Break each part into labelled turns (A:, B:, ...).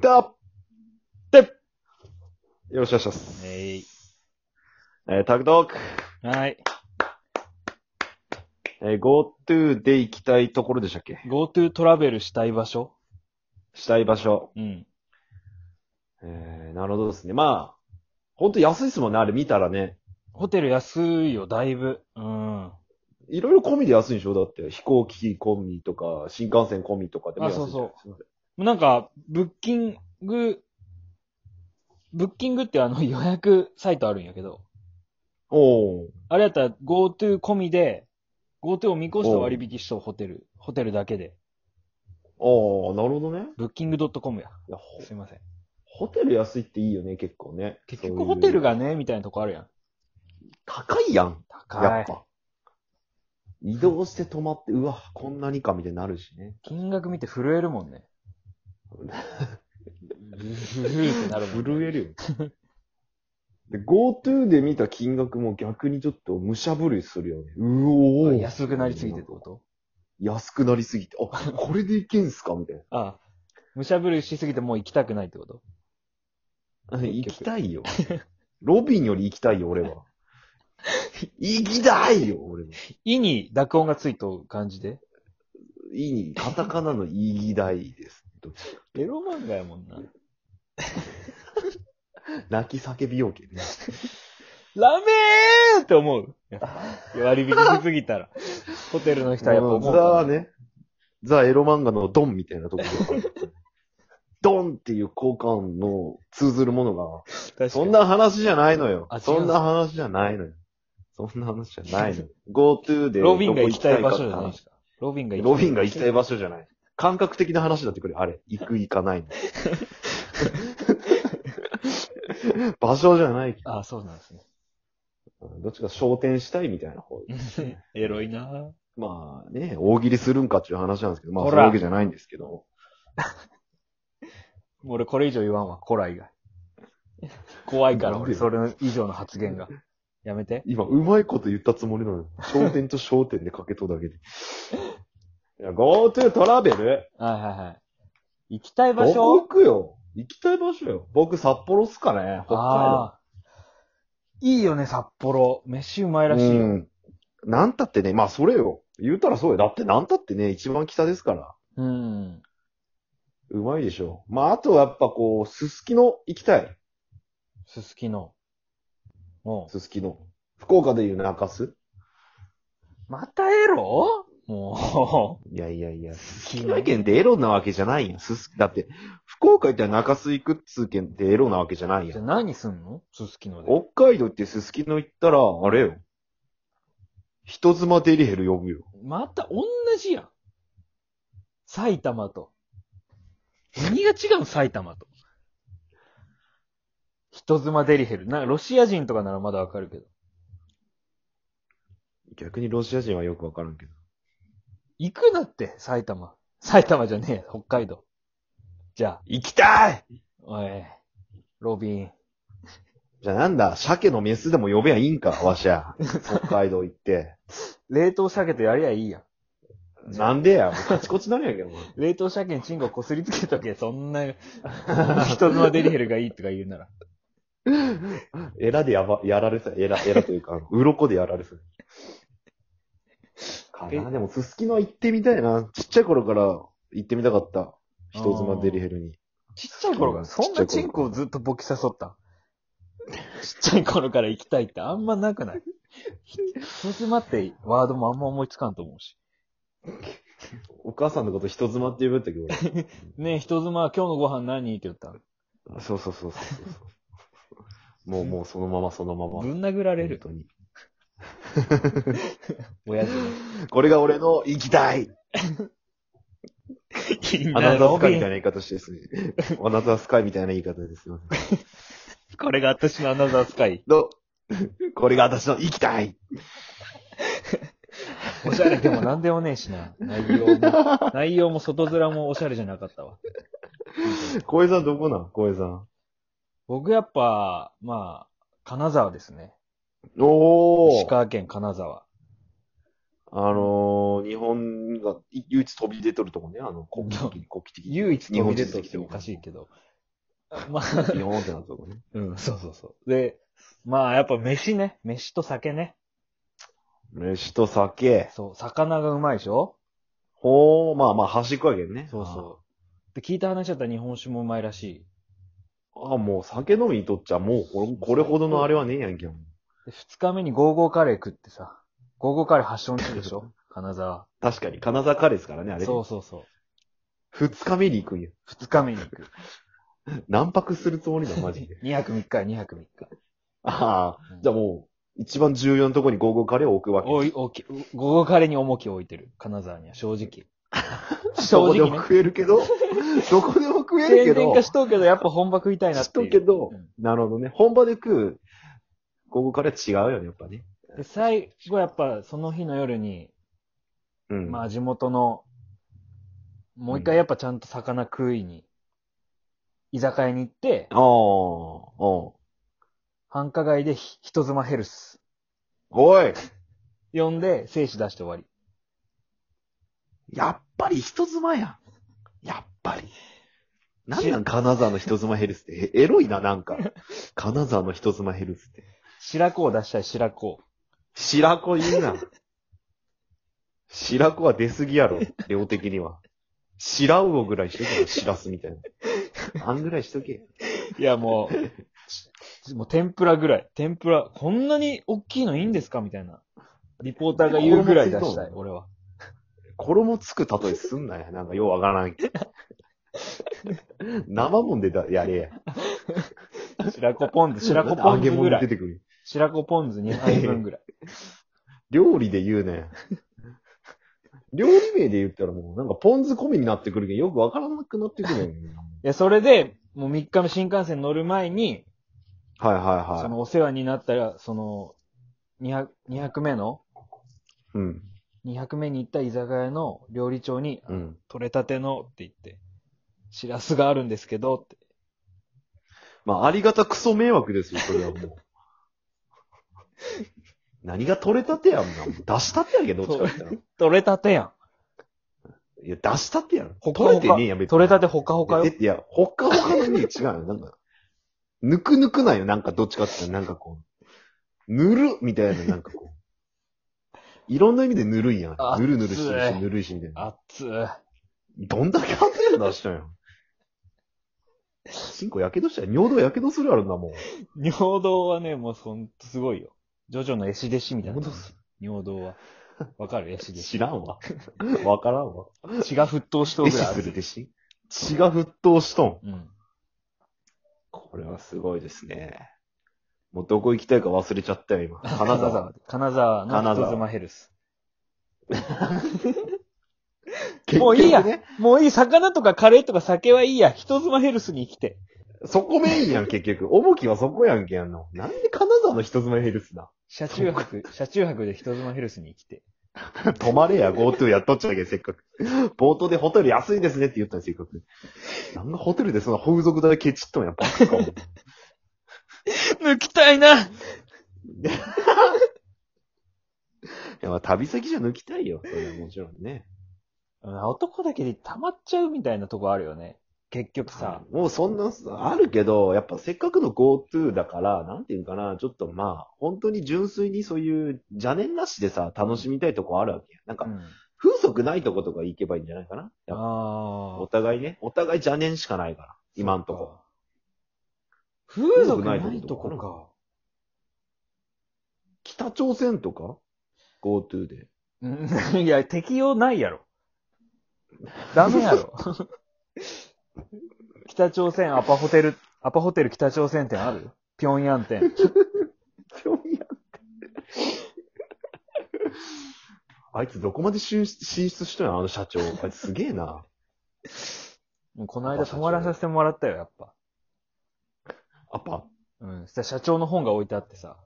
A: だでよろしくお願いします。
B: えい。
A: えータグトーク、
B: はい。
A: えー GoTo で行きたいところでしたっけ
B: GoTo トラベルしたい場所
A: したい場所。
B: うん。
A: えー、なるほどですね。まあ、ほんと安いですもんね、あれ見たらね。
B: ホテル安いよ、だいぶ。うん。
A: いろいろ込みで安いんでしょだって、飛行機込みとか、新幹線込みとかでも安いじゃん。
B: あそう
A: すいません
B: なんか、ブッキング、ブッキングってあの 予約サイトあるんやけど、
A: おー。
B: あれやったら GoTo 込みで、GoTo を見越して割引しとうホテル、ホテルだけで。
A: おー、なるほどね。
B: ブッキング .com や。
A: いやほ
B: すいません。
A: ホテル安いっていいよね、結構ね。
B: 結
A: そうい
B: 局
A: う
B: ホテルがね、みたいなとこあるやん。
A: 高いやん。
B: 高
A: やっ
B: い。
A: ぱ。移動して泊まって、うわ、こんなにかみたいになるしね。
B: 金額見て震えるも んね。ブーってなるもん、ね。
A: 震えるよ。で、GoTo で見た金額も逆にちょっと武者震いするよね。うおー
B: 安くなりすぎてってこと
A: 安くなりすぎて。 あ、これでいけんすかみたいな。
B: ああ。むしゃぶりしすぎてもう行きたくないってこと
A: 行きたいよ。ロビンより行きたいよ、俺は。行きたいよ、俺は。
B: 意に濁音がついとう感じで。
A: いいに、カタカナの言いたいです。どっちか
B: エロ漫画やもんな。
A: 泣き叫びようけね。
B: ラメーって思う。やっぱ割引しすぎたら。ホテルの人はやっぱ思うから。
A: ザね。ザエロ漫画のドンみたいなところがあるドンっていう交換の通ずるものが、
B: 確かに
A: そん。な話じゃないのよ
B: あ違う。
A: そんな話じゃないのよ。そんな話じゃないのよ。GoTo で。
B: ロビンが行きたい場所じゃない
A: どこ行
B: で
A: き
B: すか。ロビン
A: た
B: が
A: いか
B: 行きたい。
A: ロビンが行きたい場所じゃない。感覚的な話だってくれ、あれ。行く行か ないの。場所じゃないけど
B: ああ、そうなんですね。
A: どっちか焦点したいみたいな方。
B: エロいな
A: まあね、大喜利するんかっていう話なんですけど、まあ
B: ほ
A: そ
B: ら
A: ういうわけじゃないんですけど。
B: もう俺これ以上言わんわ、古来が。怖いから
A: なんで
B: 俺、
A: よ
B: それ以上の発言が。やめて。
A: 今、うまいこと言ったつもりなのよ。焦点と焦点でかけとうだけで。いや、GoTo トラベル
B: はいはいはい。行きたい場
A: 僕
B: 所
A: 行くよ。行きたい場所よ。僕、札幌っすかね。北海
B: ああ。いいよね、札幌。飯うまい
A: 道。
B: らしいよ。
A: うん。なんたってね、まあそれよ。言うたらそうよ。だってなんたってね、一番北ですから。
B: うん。
A: うまいでしょ。まああとはやっぱこう、すすきの行きたい。
B: すすきの。も
A: すすきの。福岡でいう中洲
B: う。またエロも
A: いやいやいや、
B: う。
A: 沖縄県ってエロなわけじゃないやん。すすだって、福岡行ったら中洲行くっつう県ってエロなわけじゃないや
B: じ
A: ん
B: ゃあ。何すんのすすきので。
A: 北海道行ってすすきの行ったら、あれよ。人妻デリヘル呼ぶよ。
B: また同じやん。埼玉と。何が違うん埼玉と。人妻デリヘル。な、ロシア人とかならまだわかるけど。
A: 逆にロシア人はよくわからんけど。
B: 行くなって、埼玉。埼玉じゃねえや、北海道。じゃあ、
A: 行きたい
B: おい、ロビン。
A: じゃあなんだ、鮭のメスでも呼べやいいんか、わしゃ。北海道行って。
B: 冷凍鮭とやりゃいいやん。
A: なんでや、もうカチコチなるやけど。
B: 冷凍車検チンコこすりつけとけ、そんな、 人妻デリヘルがいいとか言うなら。
A: エラでやば、やられそう。エラ、エラというか、あの鱗でやられそう。かな
B: え
A: でも、すすきの行ってみたいな。ちっちゃい頃から行ってみたかった。人妻デリヘルに。
B: ちっちゃい頃から、そんなチンコをずっとボキ誘 ったんちっちゃい頃から行きたいってあんまなくない人妻ってワードもあんま思いつかんと思うし。
A: お母さんのこと人妻って呼ぶったけど、俺。
B: ねえ、人妻今日のご飯何って言ったら
A: そうそうそうそうそうそう。もう、もうそのままそのまま。
B: ぶん殴られる。
A: 本
B: 親父
A: 当にこれが俺の行きたい
B: に。
A: アナザースカイみたい
B: な
A: な言い方してですね。 アナザースカイみたいな言い方ですよ。
B: これが私のアナザースカイ。
A: の、 これが私の行きたい
B: おしゃれでも何でもねえしな。内容 も、内容も外面もおしゃれじゃなかったわ。
A: 小江さんどこなん小江さん。
B: 僕やっぱ、まあ、金沢ですね。
A: お
B: 石川県金沢。
A: あのー、日本がい唯一飛び出とるとこね。あの、国旗的、国旗的。
B: 唯一飛び出
A: 日本
B: とって
A: 人
B: おかしいけど。まあ、
A: ビヨーンってなったとこね。
B: うん、 そうそうそう。で、まあやっぱ飯ね。飯と酒ね。
A: 飯と酒。
B: そう、魚がうまいでしょ
A: ほー、まあまあ、端っこやけんね。
B: そうそう。で、聞いた話だったら日本酒もうまいらしい。
A: ああ、もう酒飲みにとっちゃ、もうこれこれほどのあれはねえやんけ。
B: で、二日目にゴーゴーカレー食ってさ、ゴーゴーカレー発祥の地でし ょ金沢。
A: 確かに、金沢カレーですからね、あれ。
B: そうそうそう。
A: 二日目に行くんや。
B: 二日目に行く。
A: 何泊するつもりだ、マジで。
B: 2泊3日、2泊3日。
A: ああ、
B: うん
A: じゃあもう、一番重要なとこにゴーゴーカレーを置くわけ。
B: おい、おき、ゴーゴーカレーに重きを置いてる。金沢には、正直。
A: ど
B: 正
A: こで
B: 直
A: も
B: ね。
A: 食えるけど、 どこでも食えるけ
B: 宣伝
A: ど
B: 化、しとうけど、やっぱ本場食いたいなって
A: と
B: いう
A: う。けど
B: うん、
A: なるほどね。本場で食う、ゴーゴーカレー違うよね、やっぱね。
B: で最後やっぱその日の夜に、
A: うん。
B: まあ地元の、もう一回やっぱちゃんと魚食いに、居酒屋に行って、
A: ああ、お
B: 繁華街でひ人妻ヘルス。
A: おい
B: 呼んで、精子出して終わり。
A: やっぱり人妻やん。やっぱり。なんなん金沢の人妻ヘルスって。えエロいな、なんか。金沢の人妻ヘルスって。
B: 白子を出したい、白子。
A: 白子言うな。白子は出過ぎやろ、量的には。白魚ぐらいしとけよ、白すみたいな。あんぐらいしとけよ。
B: いや、もう、 もう天ぷらぐらい。天ぷら、こんなに大きいのいいんですかみたいな。リポーターが言うぐらい出したい、俺は。
A: 衣つく例えすんなや。なんかようわからんけど。生もんでだやれや。
B: 白子ポン酢、白子ポ
A: なん
B: ン
A: で
B: 酢
A: 揚げ物
B: ぐ
A: に
B: ら
A: 出
B: い。
A: てくる。
B: 白子ポン酢2杯分ぐらい。
A: 料理で言うね。料理名で言ったらもう、なんかポン酢込みになってくるけど、よくわからなくなってくるよね。
B: いや、それで、もう3日目新幹線乗る前に、
A: はいはい
B: そ
A: は
B: のお世話になったら、その、200、200目の、
A: い。うん。
B: 200目に行った居酒屋の料理長に、
A: うん。
B: 取れたてのって言って、しらすがあるんですけどって。
A: まあ、ありがたクソ迷惑ですよ、それはもう。何が取れたてやんな。もう出したてやんけ、どっちかって言ったら。
B: 取れたてやん。
A: いや、出したてやん。
B: ほか
A: 取れ
B: ほ
A: て
B: か
A: ねえやん、。別に
B: 取れたてほかほかよ。
A: えいや、ほっかほかのね、違うよ。なんか、ぬくぬくなんよ。なんかどっちかって言ったら、なんかこう、ぬるみたいな、なんかこう。いろんな意味でぬるいやん。
B: あ
A: ぬるぬるしてる
B: つ
A: し、
B: い
A: ぬるいし、みたいな。
B: 熱い。
A: どんだけ熱いの出したんやん。チンコやけどしたら尿道やけどするやろな、も
B: 尿道はね、もうほんとすごいよ。ジョジョの絵師弟子み
A: う。
B: たいな。尿道は。わかる絵師弟
A: 知らんわ。わからんわ。
B: 子。血が沸騰しとう
A: 弟
B: ぐ
A: 子
B: らいあ
A: する
B: る。
A: 弟子血が沸騰しとん。
B: うん。
A: これはすごいですね。もうどこ行きたいか忘れちゃったよ、今。金沢。。
B: 金沢の
A: 金
B: 人
A: 沢
B: 妻ヘルス。
A: 結
B: もういいや
A: 局ね。
B: もういい、魚とかカレーとか酒はいいや。人妻ヘルスに来て。
A: そこメインやん、結局。 重きはそこやんけ、やんの。なんで金沢の人妻ヘルスな。
B: 車中泊、車中泊で人妻ヘルスに来て。
A: 泊まれや、GoTo やっとっちゃうけん、せっかく。冒頭でホテル安いですねって言ったんせっかく。なんだホテルでその風俗代ケチっとん や、バカかも。
B: 抜きたいない
A: や、まあ旅先じゃ抜きたいよ。それはもちろんね。
B: 男だけで溜まっちゃうみたいなとこあるよね。結局さ。
A: もうそんな、あるけど、やっぱせっかくの GoTo だから、なんていうんかな、ちょっとまあ、本当に純粋にそういう邪念なしでさ、楽しみたいとこあるわけや。なん
B: う
A: か、
B: ん
A: 風俗ないとことか行けばいいんじゃないかな。やっぱ
B: あ
A: お
B: あ。
A: 互いね、お互い邪念しかないから、今んとこ。
B: そうか。風俗ないとこか。
A: 北朝鮮とか ?GoTo で。
B: うんいや、適用ないやろ。ダメや ろ。北朝鮮アパホテル、アパホテル北朝鮮店あるピョンヤン
A: 平
B: 店。
A: 壌って。 あいつどこまで進出進出したんや、あの社長。あいつすげえ な。
B: もうこの間泊まらさせてもらったよ、やっぱ。
A: アパ。
B: うん。そしたら社長の本が置いてあってさ。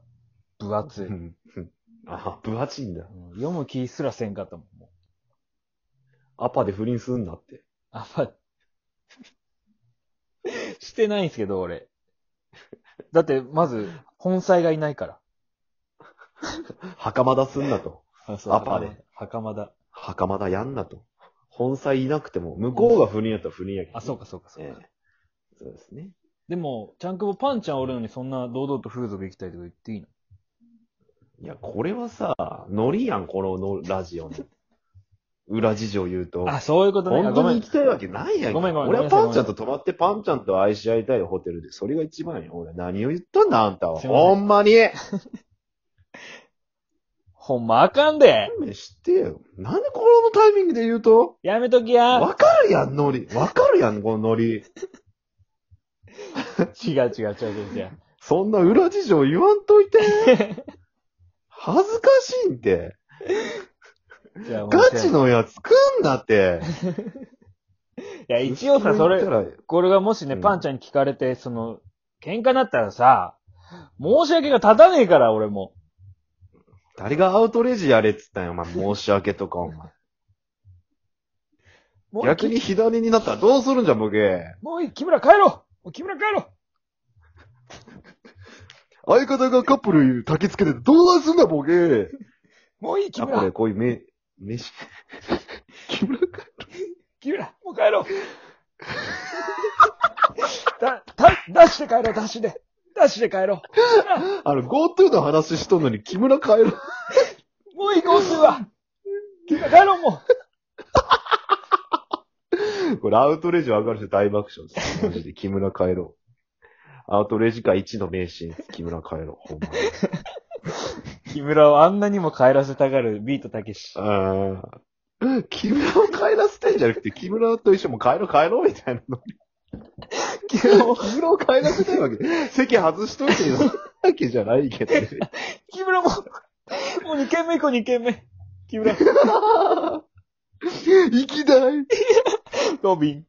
B: 分厚い。
A: うんうんあ、分厚いんだ。
B: うん読む気すらせんかったもん。もう
A: アパで不倫すんなって。
B: あんま、 してないんすけど、俺。だって、まず、本妻がいないから。
A: 袴田すんなと。
B: あ、
A: うアパで。
B: 袴田。
A: 袴田やんなと。本妻いなくても、向こうが不倫やったら不倫やけど、
B: あ、そうか、そうか、そう
A: え
B: か。
A: えそうですね。
B: でも、ちゃんくぼパンちゃんおるのにそんな堂々と風俗行きたいとか言っていいの
A: いや、これはさ、ノリやん、こののラジオの。裏事情言うと。
B: あ、そういうことね。あ
A: 本
B: ご
A: 当
B: め
A: に
B: ん
A: 行き。たいわけないやん。
B: ごめんごめん
A: 俺はパンちゃん
B: ごめんなさ
A: と
B: い
A: 泊まって、パンちゃんと愛し合いたいホテルで、それが一番よ。俺、何を言ったんだ、あんたは。
B: すいません
A: ほんまに
B: ほんまあかんで。
A: 勘弁してよ。なんでこのタイミングで言うと
B: やめときや。
A: わかるやん、ノリ。わかるやん、このノリ。
B: 違う違う違う違う違う。
A: そんな裏事情言わんといて。 恥ずかしいんて。
B: じゃあもう
A: ガチのやつ来んなって。
B: いや、一応さ、それ
A: 言っ、たら
B: これがもしね、
A: うん
B: パンちゃんに聞かれて、その、喧嘩になったらさ、申し訳が立たねえから、俺も。
A: 誰がアウトレジやれっつったんよ、お前。申し訳とか、お前。
B: もう
A: 逆に左になったらどうするんじゃん、ボケ。
B: もういい、木村帰ろうもう木村帰ろう
A: 相方がカップル焚きつけてどうすんだ、ボケ。
B: もういい、木
A: あ、これ、
B: 村
A: こういうめ、飯。木村か。
B: 木村もう帰ろう だ、だ、出して帰ろう、出しで出して帰ろ
A: あの、GoTo の話しとんのに木村帰る。
B: うもういい、ゴースーは木村帰ろう、も
A: これ、アウトレジ上がる人大爆笑です。マジで、木村帰ろう。アウトレジ界一の名シーンです。木村帰ろう。ほんまに。
B: う木村をあんなにも帰らせたがる、ビートたけし。
A: ああ。木村を帰らせてんじゃなくて、木村と一緒もう帰ろう帰ろうみたいなの。
B: 木村も、
A: 木村を帰らせたいわけ。席外しといてよ。わけじゃないけどね。
B: 木村も、もう2軒目行こう、2軒目。木 村、
A: 行きたい。
B: ロビン。